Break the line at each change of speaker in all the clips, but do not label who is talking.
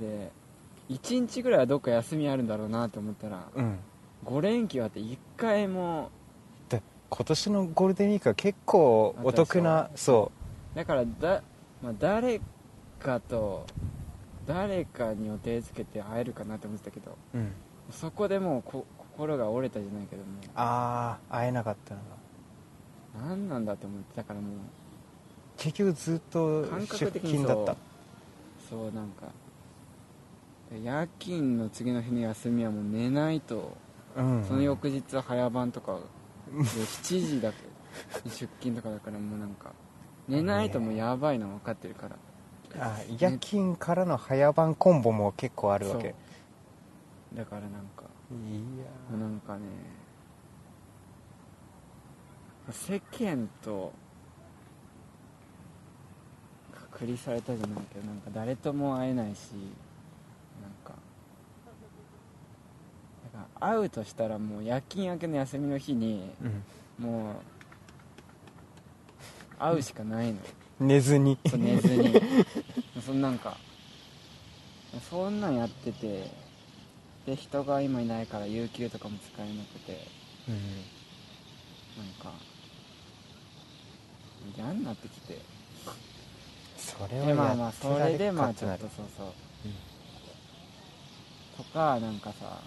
で1日ぐらいはどっか休みあるんだろうなと思ったら
うん
5連休あって1回も
で今年のゴールデンウィークは結構お得なそ
だからだ、まあ、誰かと誰かに予定つけて会えるかなと思ってたけど
う、うん、
そこでもうこ心が折れたじゃないけども
ああ会えなかったのが
何なんだと思ってだからもう
結局ずっと
感
出
覚的に
勤だった
そうなんか夜勤の次の日の休みはもう寝ないと、
うん
その翌日は早番とかで7時 だけ出勤とかだからもうなんか寝ないともうやばいの分かってるから
あ夜勤からの早番コンボも結構あるわけい
そうだからなんかもう
や
なんかね世間と隔離されたじゃないけどなんか誰とも会えないしなんかだから会うとしたらもう夜勤明けの休みの日に
ー
もう会うしかないの
うん、寝ずに
そう寝ずにそんなんかそんなんやっててで人が今いないから有給とかも使えなくて
うん
なんか嫌になってきて
それは
でまあまあそれで
や
まあ
って
ちょ
ら
っ
れ
と
っか
そうそう
うん
とかなんかさ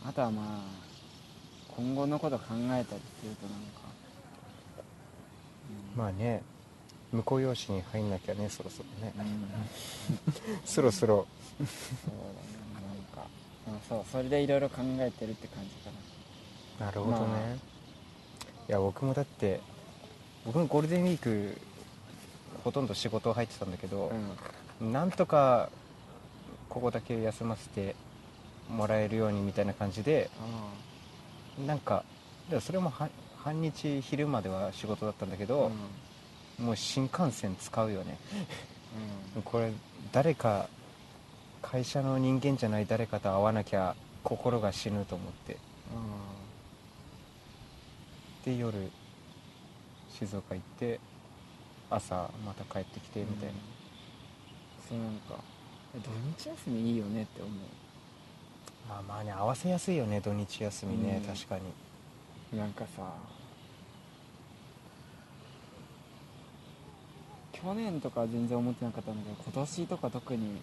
うんあとはまあ今後のこと考えたりするとなんか、うん
まあね婿養子に入んなきゃねそろそろね
うん
そろそろ
そうだねなんかあそうそれでいろいろ考えてるって感じかな
なるほどね、
まあ
いや僕もだって僕もゴールデンウィークほとんど仕事入ってたんだけど、なんとかここだけ休ませてもらえるようにみたいな感じで
あ
なんかでもそれもは半日昼までは仕事だったんだけ
あうん
ど、もう新幹線使うよねこれ誰か会社の人間じゃない誰かと会わなきゃ心が死ぬと思ってで夜静岡行って朝また帰ってきてみたいな、
そうなんか土日休みいいよねって思
まあまあね合わせやすいよね土日休みね、
うん
確かに
うなんかさ去年とかは全然思ってなかったんだけど今年とか特になん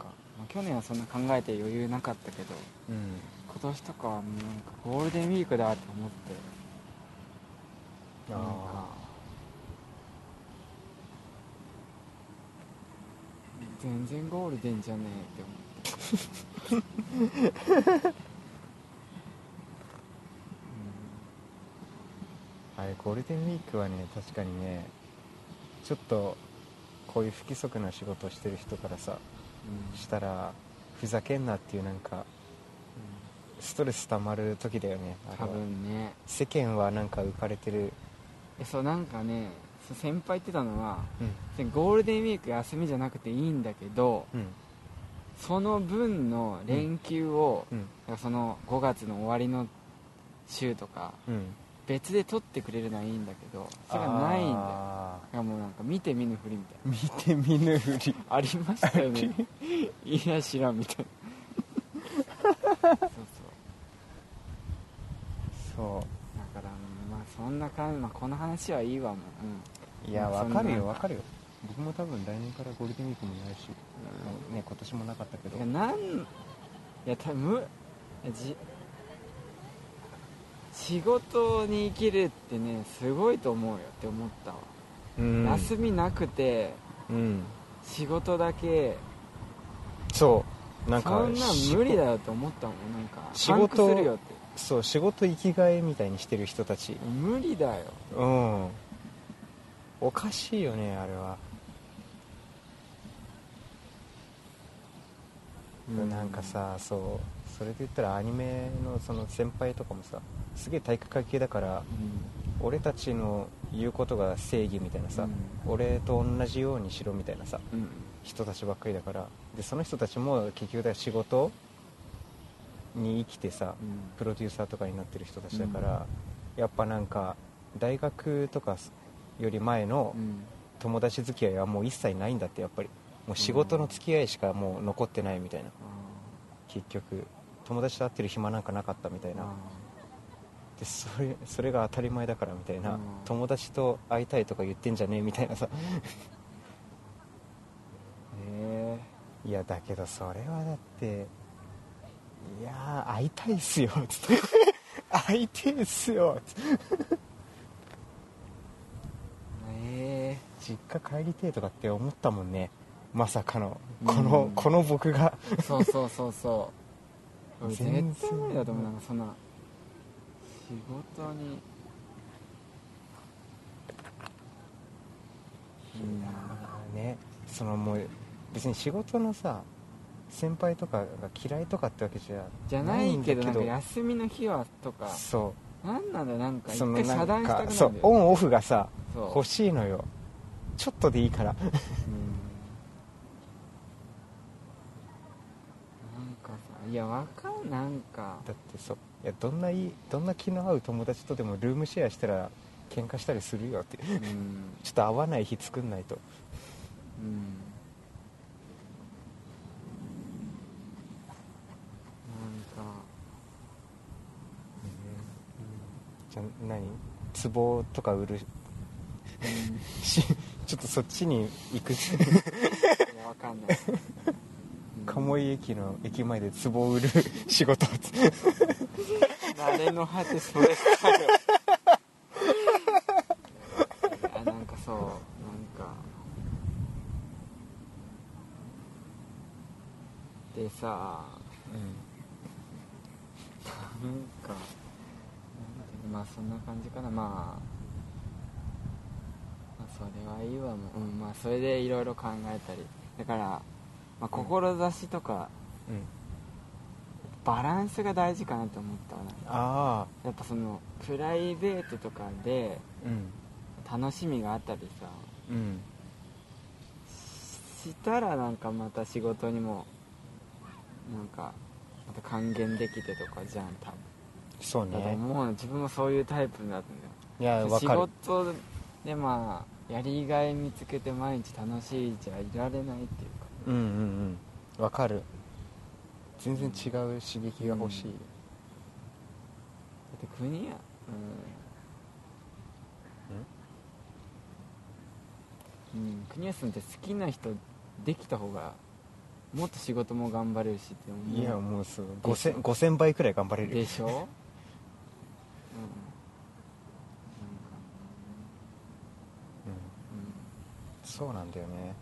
か、まあ、去年はそんな考えて余裕なかったけど
うん、
今年とかはもうなんかゴールデンウィークだって思って
あ
なんか
あ
全然ゴールデンじゃねえって思って、
あれゴールデンウィークはね確かにねちょっとこういう不規則な仕事をしてる人からさ
うんうん
したらふざけんなっていうなんかストレス溜まる時だよねあれ
多
は
分ね
世間はなんか浮かれてる
えそうなんかねそう先輩言ってたのはでゴールデンウィーク休みじゃなくていいんだけど
うん
その分の連休を、
うん
なんかその5月の終わりの週とか
うん
別で取ってくれるのはいいんだけどそれがないんだよだからもうなんか見て見ぬふりみたいな
見て見ぬふり
ありましたよねいや知らんみたいなそうそう
そ
だからまあそんな感じ、まあ、この話はいいわもう、うん
ういや
まあ
わかる
そん
よ
な
わかるよ僕も多分来年からゴールデンウィークもないし、ね今年もなかったけど
いやなんいや多分じ仕事に生きるってねすごいと思うよって思ったわ、
うん
休みなくて
うん
仕事だけ
そうなんか
そんなん
仕
無理だよって思ったもんなんか
仕事
パンクするよって
そう仕事生きがいみたいにしてる人たち
無理だよ
うんおかしいよねあれは、なんかさそうそれで言ったらアニメのその先輩とかもさすげえ体育会系だから
うん
俺たちの言うことが正義みたいなさ、
う
俺と同じようにしろみたいなさ
うん
人たちばっかりだからでその人たちも結局だ仕事に生きてさ、
うん
プロデューサーとかになってる人たちだから、やっぱなんか大学とかより前の
うん
友達付き合いはもう一切ないんだってやっぱりもう仕事の付き合いしかもう残ってないみたいな結局友達と会ってる暇なんかなかったみたい
あ
なでそれそれが当たり前だからみたいな
うん
友達と会いたいとか言ってんじゃねえみた いなさ
へ
いやだけどそれはだっていやー会いたいっすよつって 会いてえっすよつって
えへえ
実家帰りてえとかって思ったもんねまさかのこ
う
の
ん
この僕が
そうそうそうそう俺絶対
全然
無理だと思うなんかそんな仕事にうん
ねそのもう別に仕事のさ先輩とかが嫌いとかってわけじゃ
じゃないけど
ないんだ
なんか休みの日はとか
そ
なんなんだよなん
う
か一
その
回遮断したくなるんだよね
そうオンオフがさ
そう
欲しいのよちょっとでいいから
うん なんかさいやわかんなんか
だってそういやどんないいどんな気の合う友達とでもルームシェアしたら喧嘩したりするよって
う
ちょ
ん、うん、
っと合わない日作んないと
なんか
じゃ何壺とか売るしちょっとそっちに行 く
いやわかんない
鴨居駅の駅前で壺を売る仕事
慣れの果てそれかよいやなんかそうなんかでさなんかなんていうのまあそんな感じかなまあ、まあそれはいいわもう、うん、まあそれでいろいろ考えたりだから、まあ、志とか、
うん、うん、
バランスが大事かなと思ったわなんか
ああ
やっぱそのプライベートとかで
うん
楽しみがあったりさ
うん
したらなんかまた仕事にもなんかまた還元できてとかじゃん多分
そう
だから
ね
もう自分もそういうタイプだったんだよ
いやわ
仕
かる
事でまあやりがい見つけて毎日楽しいじゃいられないっていうか
うんうんうんわかる全然違う刺激が欲しい、
うんだって国やうん、うん、国安さんって好きな人できた方がもっと仕事も頑張れるしって思う
いやもうそう5000 5000倍くらい頑張れる
でしょ、うん、なんか
うん
う、
そうなんだよね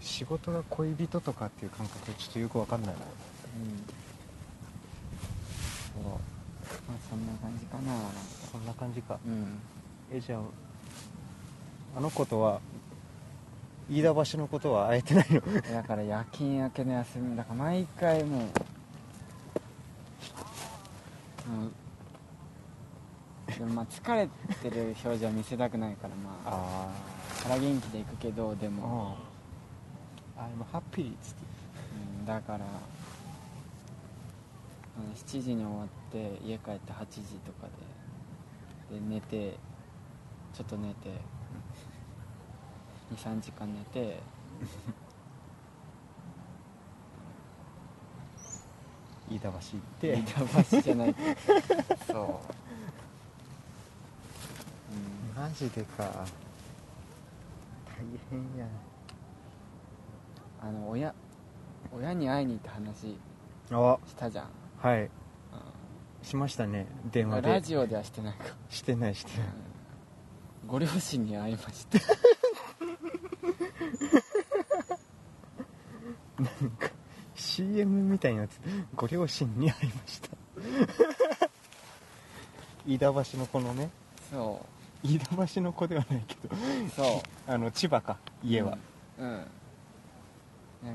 仕事が恋人とかっていう感覚ちょっとよくわかんないな
う
ん
ん、
も
まあそんな感じかななんか
うそんな感じか
うん
えじゃああの子とは飯田橋のことは会えてないの
だから夜勤明けの休みだから毎回もう、うん、でもまあ疲れてる表情は見せたくないからまあ
あ
腹元気で行くけどで
あうん
も、
I'm happy っつって
うん、だから、うん、7時に終わって家帰って8時とかでで寝てちょっと寝て23時間寝て
飯田橋行って
板橋じゃないそううん
マジでか大変や
あの親親に会いに行った話
あ
したじゃん、
はい
うん
しましたね電話で
ラジオではしてないか、
してないしてない
うんご両親に会いました
CM みたいなやつご両親に会いました 飯田橋の子のね
そ
飯田橋の子ではないけど
うそ
あの千葉か
う
家は、
うん、うんなん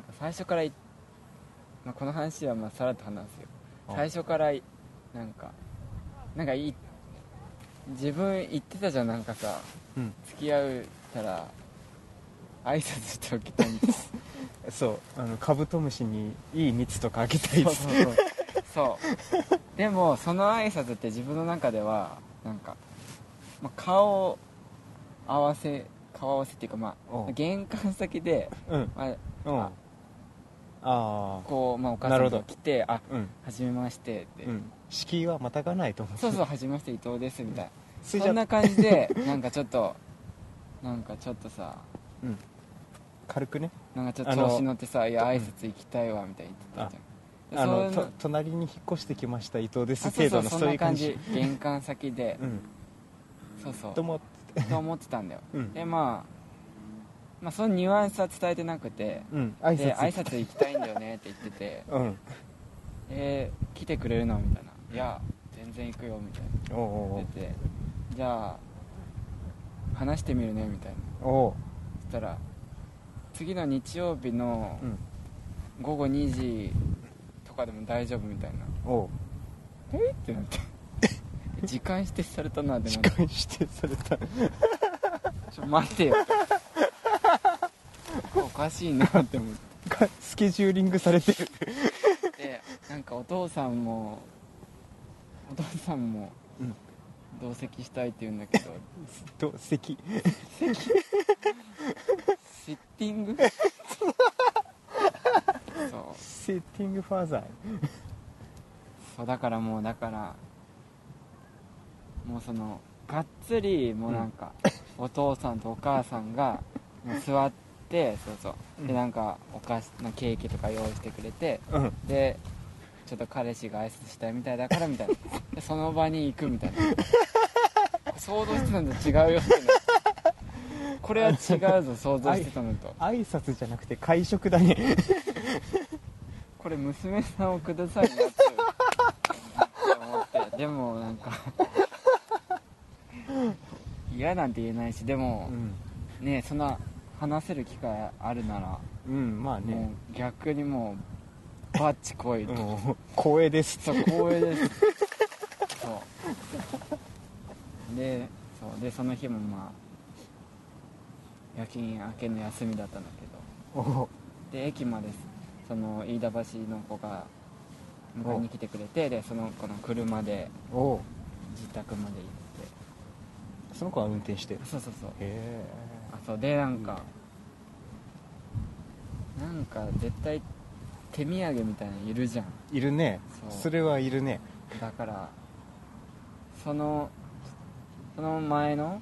か最初からい、まあ、この話はまあさらっと話すよ
あ
最初からいなんかなんかいい自分言ってたじゃんなんかさ
うん
付き合うたら挨拶しておきたいみたいな
そうあのカブトムシにいい蜜とかあげた
そ
い
う
です
そうそうそうでもその挨拶って自分の中ではなんか、まあ、顔合わせ顔合わせっていうかま
う
あ
ん
玄関先で、
うん
まあ、
うんあ
あ
あ
こう、まあ、お母
な
さ
るほ
ん
ど
と来て「あ
うん
はじめまして」って、
うん敷居はまたがないと思う
そうそうはじめまして伊藤です」みたいな
それじ
そ
ゃ
んな感じでなんかちょっとなんかちょっとさ
軽くね
なんかちょっと
あの
調子乗ってさ「いや挨拶行きたいわ」みたいに言ってたじゃ
あ
ん
の
そん
と隣に引っ越してきました伊藤です
あそうそ
程度
う
の
そ
そ
ん
うい
な
う感
感
じ
じ玄関先で
うん
そうそう
とも
と思ってたんだよ
うん
でまあまあそのニュアンスは伝えてなくて
うん
「
挨
で挨
拶
拶行きたいんだよね」って言ってて
うん
「えー来てくれるの?」みたいな「いや全然行くよ」みたいな
おうお
言ってて「じゃあ話してみるね」みたいな
うおうおう
そしたら次の日曜日の
うん
午後2時とかでも大丈夫みたいな
おう
えってなって 時間指定されたなってな
時
って
間指定された
ちょ待てよおかしいなって思っ
かスケジューリングされてる
てなんかお父さんもお父さんも
うん
同席したいって言うんだけど
と席
シッティングそう
セッティングファーザー
そうだからもうだからもうそのがっつりもうなんか、お父さんとお母さんがもう座ってそうそうで
うん
なんかお菓子のケーキとか用意してくれて
うん
でちょっと彼氏が挨拶したいみたいだから みたいなでその場に行くみたいな想像してたのと違うよってなこれは違うぞ想像してたのと
挨拶じゃなくて会食だね
これ娘さんをくださいになっちゃうって思ってでもなんか嫌なんて言えないしで
う
も、
ん、
ねそんな話せる機会あるなら、
うん、まあ
も
ね
う逆にもうバッチ来いと、
うん光栄です
そう光栄ですそうでそうでその日もまあ夜勤明けの休みだったんだけど
おう
で駅までその飯田橋の子が迎えに来てくれてでその子の車で
おう
自宅まで行っ
その子は運転してへ
てそうそうそう
え
あそうでなんか、なんか絶対手土産みたいなのいるじゃん
いるね
そう
それはいるね
だからそのその前の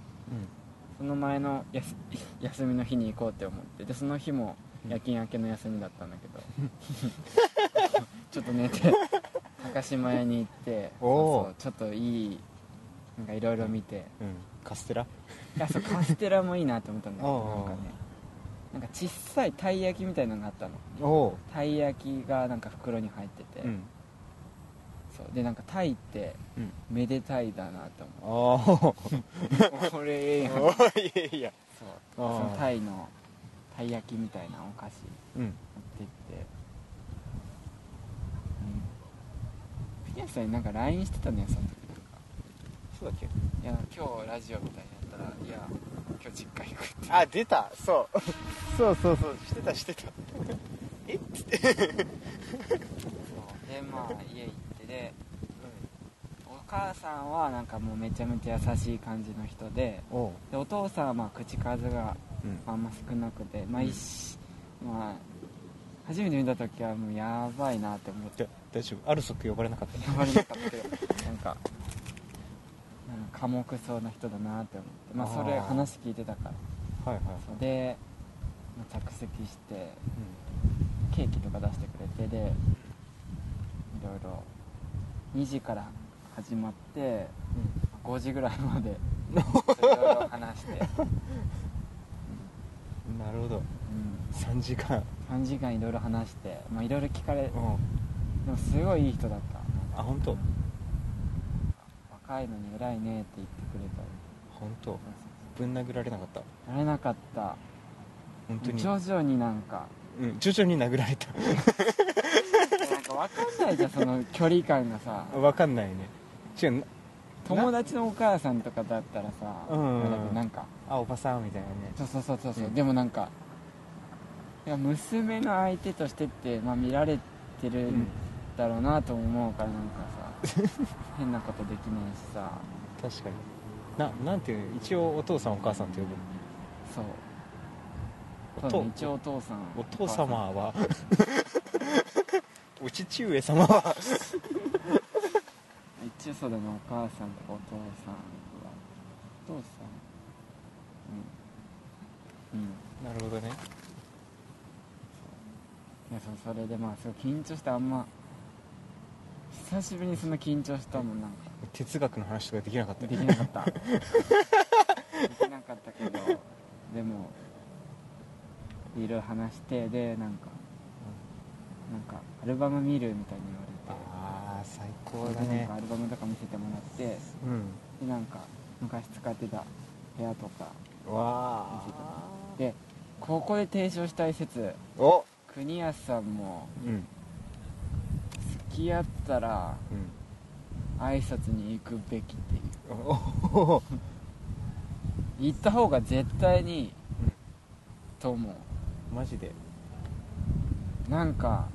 その前のやす 休みの日に行こうって思ってでその日も
うん
夜勤明けの休みだったんだけど ちょっと寝て高島屋に行って
おー
そうそうちょっといいなんかいろいろ見て
うん、うん、カステラ
いやそうカステラもいいなと思ったんだけ
おうお
ど
う
なんかねなんか小さいたい焼きみたいなのがあったの
おう
たい焼きがなんか袋に入ってて、
うん
そうでなんかたいって
うん
めでたいだなと
ああ
思うこれええやんそう
いやいや
そのタイのたい焼きみたいなお菓子
うん
持ってって、うん、ピアスさんになんか LINE してたのよその時なんか
そうだっけ
「いや今日ラジオみたいにやったらいや今日実家行く」って
あ出たそうそうそうそうしてたしてたえっつって
そうでまあ家行ってでお母さんはなんかもうめちゃめちゃ優しい感じの人で
おう
でお父さんはまあ口数が
うん
あんま少なくてまあ
うん
一、まあ初めて見た時はもうやばいなって思って
だ大丈夫アルソック呼ばれなかった
呼ばれなかったけどなんかなんか寡黙そうな人だなって思ってまあ
あー
それ話聞いてたから
はいはい
そうで、まあ着席してケーキとか出してくれてでいろいろ2時から始まって5時ぐらいまでいろいろ話して、
うんなるほど
う
3時間
ん、3時間いろいろ話してまあいろいろ聞かれで
ん
もすごいいい人だった
あ本当
若いのに偉いねって言ってくれたり
本
そ
当
うそうそ
ぶん殴られなかった
うやれなかった
本当に
徐々になんか
うん徐々に殴られた
なんか分かんないじゃんその距離感がさ
わかんないね違うな
友達のお母さんとかだったらさ、
うん
あれだけどなんか
あおばさんみたいなね
そうそうそうそうそう、
うん
でもなんかいや娘の相手としてって、まあ、見られてるんだ ろうなとも思うからなんかさ変なことできないしさ
確かにななんていう一応お父さんお母さんと呼ぶ
そう
お
そう
父
ね一応お父さん
お父様 はお父上様は
一応そうだねお母さんとかお父さんはお父さんうんうん
なるほどね
いやそうそれでまあすごい緊張してあんま久しぶりにそんな緊張したもんなんか
哲学の話とかできなかった
でき
ね
なかったできなかったけどでもいろいろ話してでなんかなんかアルバム見るみたいに言われて
ああ最高
そ
だ
れでなん
ね
かアルバムとか見せてもらって
うん
でなんか昔使ってた部屋とか
わあ
でここで提唱したい説
お
国安さんも
うん
付き合ったら
うん
挨拶に行くべきっていう
お
行った方が絶対にいいと思
マジで
うなんか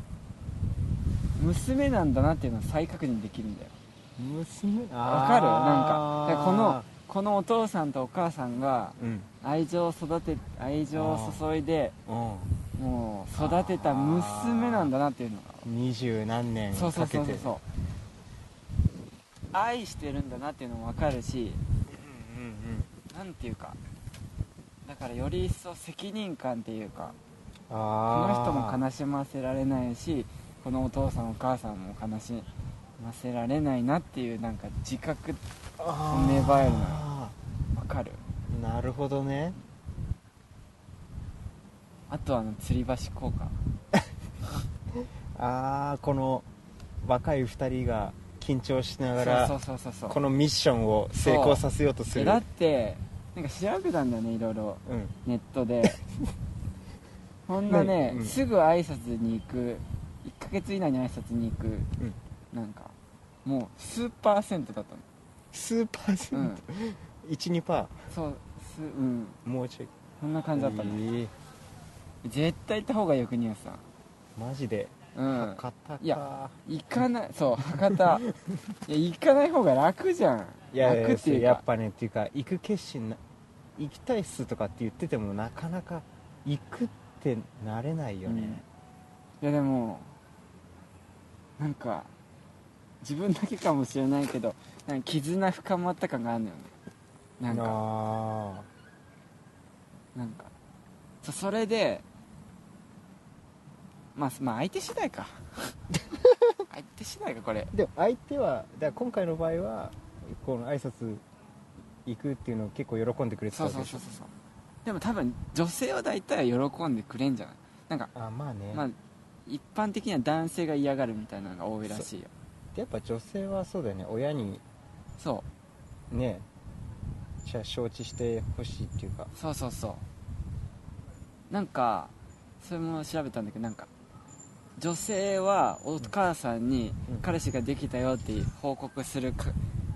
娘なんだなっていうのを再確認できるんだよ
娘
わかるなんかでこのこのお父さんとお母さんが
うん
愛情を育て愛情を注いでもう育てた娘なんだなっていうのが
二十何年
そうそ
か
う
け
そうそう
て
そう愛してるんだなっていうのもわかるし
うんうん
なんていうかだからより一層責任感っていうかこ
ああ
の人も悲しませられないしこのお父さんお母さんも悲しませられないなっていうなんか自覚芽生えるのよわかる
るなるほどね
あとはあの吊り橋効果
ああこの若い二人が緊張しながら
そうそうそうそう
こ
そう
のミッションを成功させようとす
え
る
だってなんか調べたんだよねいろいろ
うん
ネット でこんなね、
ねうん
すぐ挨拶に行く1ヶ月以内に挨拶に行く
うん
なんかもう数パーセントだったの
数パーセント12パ
そうすうん
ーもうちょい
そんな感じだったの、
えー
絶対行った方がよくにやさん
マジで
うん
博多か
いや行かないそう博 多いや行かない方が楽じゃん
いやいや
楽っていうか
やっぱねっていうか行く決心な行きたいっすとかって言っててもなかなか行くってなれないよね、
いやでもなんか自分だけかもしれないけどなんか絆深まった感があるのよねなんか
あ
なんかそそれでまあ、まあ、相手次 第か相手次第かこれ
ーでも相手はだから今回の場合はこの挨拶行くっていうのを結構喜んでくれてた
そう
わけ
そう
でし
そうそうそ
ょ
うでも多分女性は大体は喜んでくれんじゃないなんか
あまあね、
まあ
で
一般的には男性が嫌がるみたいなのが多いらしいよ
やっぱ女性はそうだよね親に
そ
ねじゃあ承知してほしいっていうか
うそうそうそうなんかそれも調べたんだけどなんか女性はお母さんに
うん
彼氏ができたよって報告するか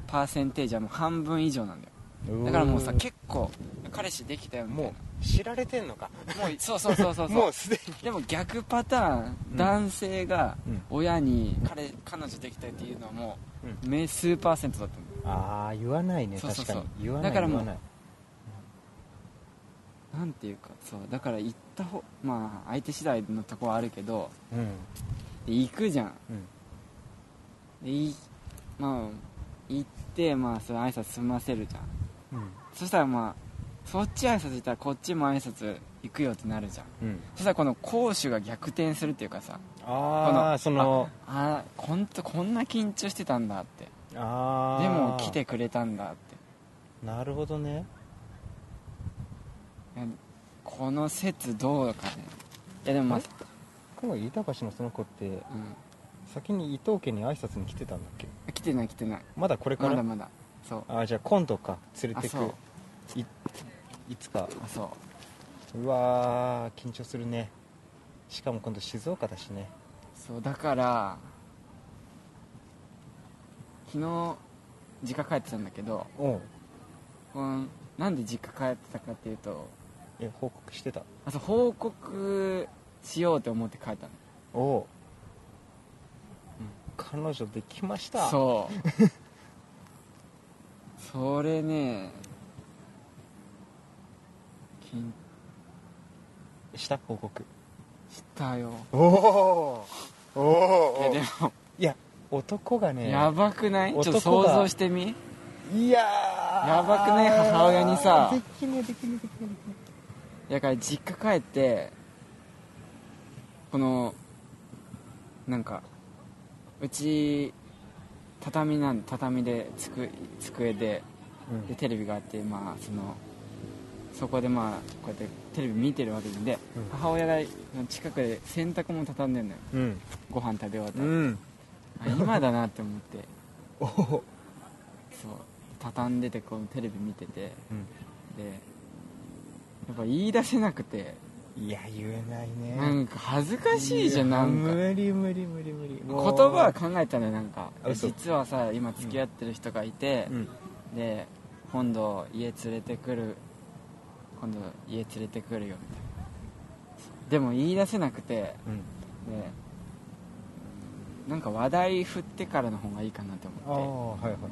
パーセンテージはもう半分以上なんだよだからもうさ
ーん
結構彼氏できたよみたいな
もう知られてんのか
もうそうそうそうそうそう
もうすでに
でも逆パターン、
うん
男性が
うん
親に彼彼女できたっていうのはもう、名数パーセントだったんだ
ああ言わないね
そうそうそ
確か
う
に言わない
だからもう
言わない
なんていうかそうだから行った方まあ相手次第のとこはあるけど
うん
で行くじゃん
うん
でいまあ行ってまあその挨拶済ませるじゃん
うん
そしたらまあそっち挨拶行ったらこっちも挨拶行くよってなるじゃん
うん
そしたらこの攻守が逆転するっていうかさ
ああその
ああこんとこんな緊張してたんだって
ああ
でも来てくれたんだって
なるほどね
いやこの説どうかねいやでもまあ
あれ今回板橋のその子って
う
先に伊藤家に挨拶に来てたんだっけ
ん来てない来てない
まだこれか
ま
ら、
だまだそう
ああじゃあ今度か連れて
あそ
くいいつ
あ
か
そう
うわー緊張するねしかも今度静岡だしね
そうだから昨日実家帰ってたんだけど
おう
このなんで実家帰ってたかっていうと
え報告してた
あそう報告しようと思って帰った
おおう、彼女できました
のそうそそれね緊
した報告
したよ
おおお
いやで
お
も
いや男がね
やばくないちょっと
男
想
が
像してみ
いやー
やばくない母親にさ
できねえできねえできねえできね
だから実家帰ってこのなんかうち畳なん畳で机机で
え
でテレビがあってまあそのそこでまあこうやってテレビ見てるわけで、
うん
母親が近くで洗濯も畳んでるのよ
うん
ご飯食べ終わった
う
ら、
ん
あ今だなって思って
おお
そう畳んでてこうテレビ見ててで
うん
やっぱ言い出せなくて
いや言えないね
なんか恥ずかしいじゃん
や
なんか
無理無理無理無理
言
もう
葉は考えたのよなんか
あ嘘
実はさ今付き合ってる人がいて、
うん
で今度家連れてくる今度家連れてくるよみたいなでも言い出せなくてで
うん
なんか話題振ってからの方がいいかなと
ああ
思って
はいはいはい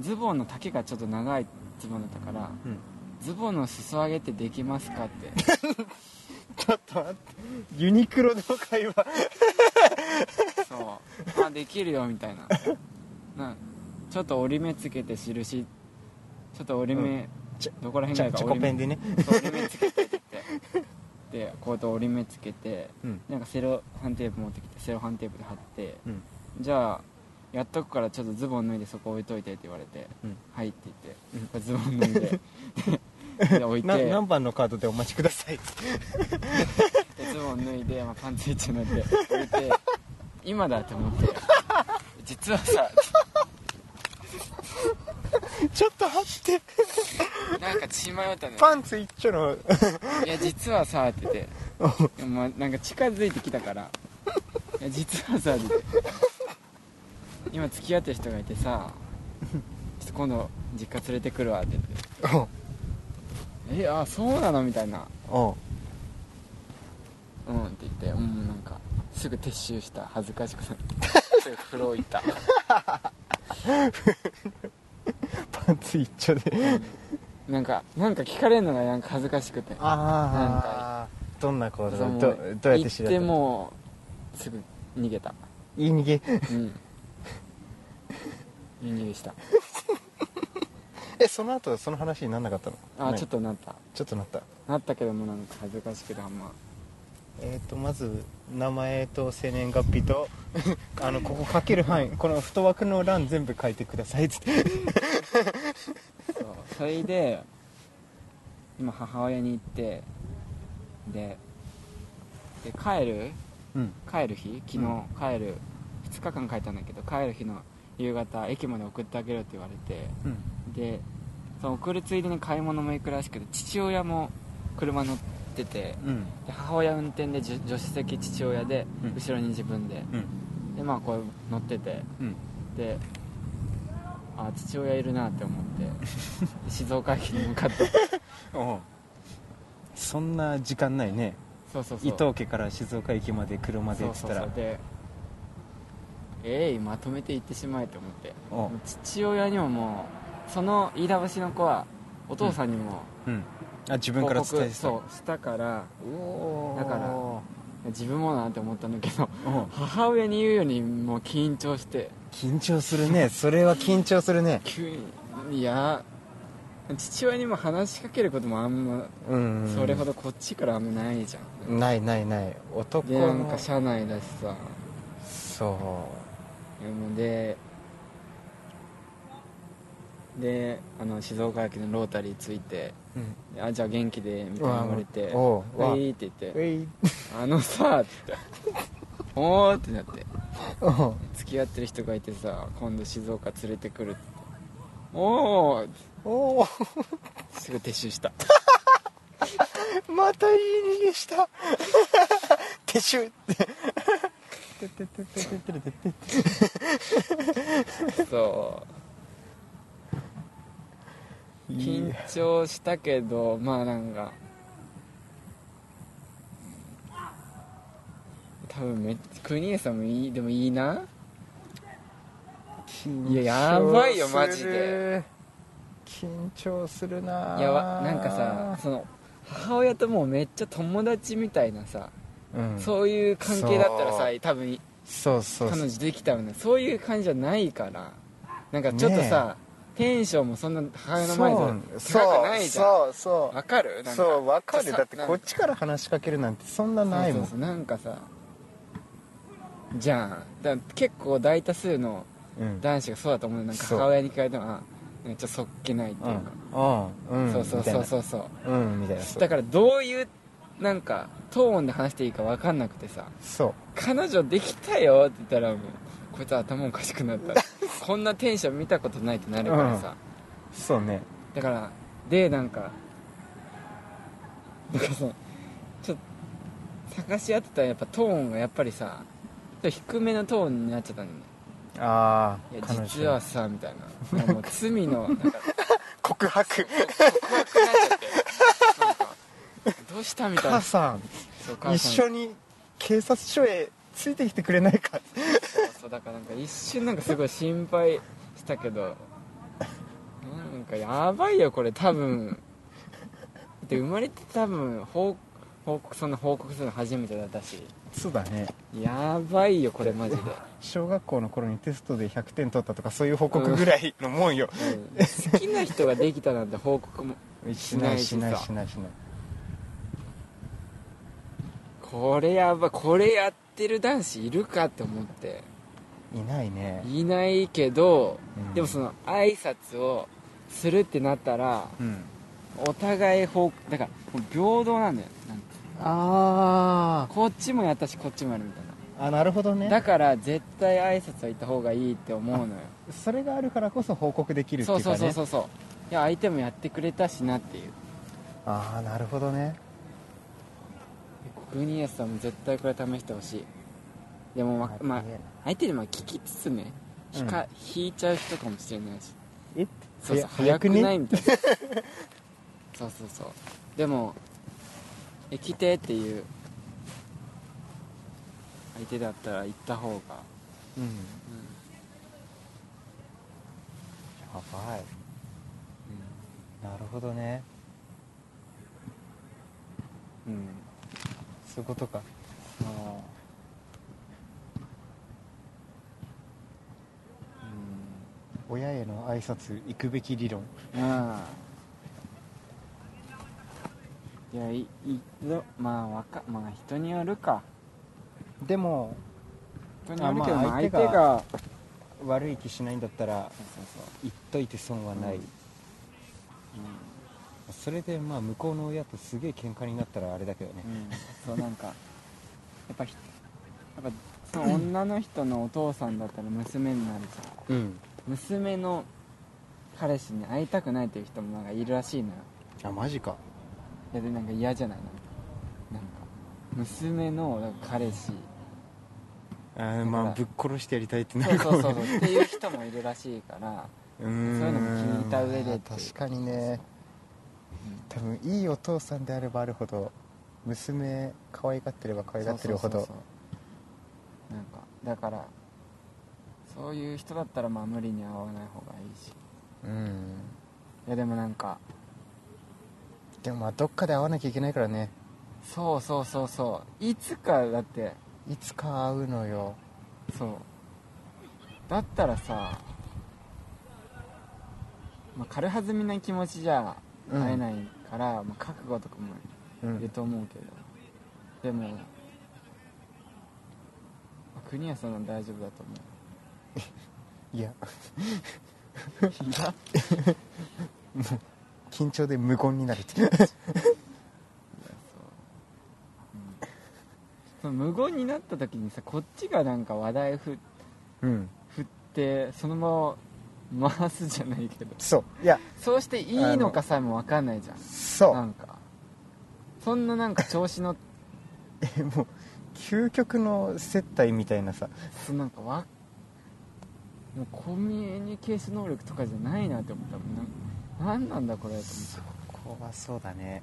ズボンの丈がちょっと長いズボンだったから
うん
ズボンの裾上げってできますかって
ちょっと待ってユニクロの会話
そうあできるよみたいななちょっと折り目つけて印ちょっと折り目、
ちょ
どこら
チ
辺
ャ
が
チ
折
ョコ
り
ペ
目
ンでね
そう折り目つけてってでこうやって折り目つけて
うん
なんかセロハンテープ持ってきてセロハンテープで貼って
うん
じゃあやっとくからちょっとズボン脱いでそこ置いといてって言われて「
うん
はい」って言って、
うん
これズボン脱い ででで置いて
な
で
何番のカードでお待ちください
ズボン脱いで、まあ、パンツ一丁脱いで置いて今だと思って実はさ
ちょっと待って
なんか血迷ったのよ
パンツ一丁の
いや実はさって言ってでもまあなんか近づいてきたからいや実はさって言って今付き合ってる人がいてさちょっと今度実家連れてくるわって言ってえあそうなのみたいな
おう
うんって言ってうんなんかすぐ撤収した恥ずかしくなってすぐ風呂行った、
パンツ一丁で
うんなんかなんか聞かれるのがなんか恥ずかしくて
ああどんな行動
そうも
どどうやって知
行
ら
っ
れ
て
たの
もうすぐ逃げた
言い逃げ
うん いい匂いした
えその後その話にならなかったの
あ
ない
ちょっとなった
ちょっとなった
なったけどもなんか恥ずかしくてあんま
えー、とまず名前と生年月日と あのここ書ける範囲この太枠の欄全部書いてくださいっつって
そうそれで今母親に行ってでで帰る
うん
帰る日昨日、
うん
帰る2日間帰ったんだけど帰る日の夕方駅まで送ってあげるって言われて
うん
でその送るついでに買い物も行くらしくて父親も車乗ってて
うん
で母親運転でじゅ助手席父親で、
うん
後ろに自分で
うん
でまあこう乗ってて
うん
であ父親いるなって思って で静岡駅に向かって
そんな時間ないね
そうそうそう
伊藤家から静岡駅まで車でっつったら
そうそうそうでええいまとめて行ってしまえと思って
おう
父親にももうその飯田橋の子はお父さんにも
うんあ自分
報
から
告、
伝えてた
そうしたから
おー
だから
お
自分もなんて思ったんだけど
う
母親に言うよりもう緊張して
緊張す るねそれは緊張するね
急にいや父親にも話しかけることもあんま
うんうん
それほどこっちからあんまないじゃん、
ないないない男
でな
の
んか車内だしさ
そ
でであの静岡駅のロータリー着いて
うう
「
ん
あじゃあ元気で」みたいに言われて「
おうわ
はい」って言って
えい
「あのさ」って言って「おー」ってなって
おう
「付き合ってる人がいてさ今度静岡連れてくる」って「おお」
おお
すぐ撤収した
またいい逃げした 撤収っててててててててて
そう緊張したけどまあなんか多分めっちゃ国枝さんもいいでもいいなややばいよマジで
緊張するなあ
いやわなんかさその母親ともうめっちゃ友達みたいなさ、
うん、そう
そういう関係だったらさ
そ
多分
そうそう
彼女できたのねそういう感じじゃないからなんかちょっとさ、テンションもそんな母親の前で
そう
高くないじゃん
そうそう
わかるなんか
そうわかるだって
なん
こっちから話しかけるなんてそんなないもん
そうそうそうなんかさじゃんだから結構大多数の
うん
男子がそうだと思うなんか
そう
母親に聞かれてもあめっちゃそっけないっていうか、
うんうん
そうそうそうそううそう
うんみたいなそう
だからどういうなんかトーンで話していいか分かんなくてさ
そう
「彼女できたよ」って言ったらもうこいつ頭おかしくなった こんなテンション見たことないってなるからさ、
そうね
だからでなんかなんかさちょっと探し合ってたらやっぱトーンがやっぱりさちょっと低めのトーンになっちゃったんだよね
あ
いや
あ彼女
実はさみたいなもう罪の なんか
告白
怖くなっちゃってなんかどうしたみたい
母
な
さん
そう母
一
さん
緒に警察署へついてきてくれないか
そうそうだからなんか一瞬なんかすごい心配したけどなんかやばいよこれ多分で生まれて多分報報告そんな報告するの初めてだったし
そうだね
やばいよこれマジで、
小学校の頃にテストで100点取ったとかそういう報告ぐらいのもんよ、
うん好きな人ができたなんて報告も
しないしないしないしない
これやばいこれやってる男子いるかって思って
いないね
いないけど、
うん
でもその挨拶をするってなったら
うん
お互い方だからもう平等なんだよなんか
あ
こっちもやったしこっちもやるみたいな
ーあなるほどね
だから絶対挨拶は行った方がいいって思うのよ
それがあるからこそ報告できるって
そ
い
うう
か
そう
ね
そうそうそういや相手もやってくれたしなっていう
ああなるほどね
グニエスさんも絶対これ試してほしいでもままあ相手にまあ聞きつつね引か、引いちゃう人かもしれないし
え
そうそう
早
早
く
く
ね
ないみたいなそうそうそうでも「え来て」っていう相手だったら行った方が、
うんや
うん
ばいなるほどね
うんうん
そういうことか
あ
親への挨拶行くべき理論
うんまあいやいいどまあわかまあ人によるか
でも
人によるけど、
あまあ
まあ、相手
相手
が
悪い気しないんだったら
そうそうそう
言っといて損はない、
うん
それでまあ向こうの親とすげえ喧嘩になったらあれだけどね
うん、うん、そうなんかやっぱひやっぱその女の人のお父さんだったら娘になるじゃん
うん
娘の彼氏に会いたくないっていう人もなんかいるらしいのよ
あマジか
いやでなんか嫌じゃないなんかなんか娘のなんか彼氏
あーまあ
だか
ぶっ殺してやりたいってな
そう
る
そうそうそうっていう人もいるらしいから
そう
そういうのも聞いた上でっていう
確かにね多分いいお父さんであればあるほど娘可愛がってれば可愛がってるほど
そうそうそうそうなんかだからそういう人だったらまあ無理に会わない方がいいし
うん
いやでもなんか
でもまあどっかで会わなきゃいけないからね
そうそうそうそういつかだって
いつか会うのよ
そうだったらさ、まあ、軽はずみな気持ちじゃ
うん
会えないから、まあ、覚悟とかも
う
いる
ん
と思うけど、でも、まあ国はそんなの大丈夫だと思う
い や緊張で無言になるって
そう、うん、その無言になった時にさこっちがなんか話題ふ
うん
振ってそのまま回すじゃないけど
そういや
そうしていいのかさえも分かんないじゃん
そう
なんかそんななんか調子の
えもう究極の接待みたいなさ
そのなんかわもうコミュニケーション能力とかじゃないなって思ったもんなん何なんだこれと思って
こはそうだね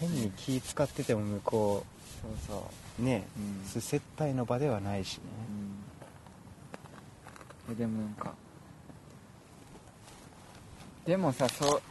変に気使ってても向こ
そうそう
うね
うん
す接待の場ではないしね
うんえでもなんかでもさそう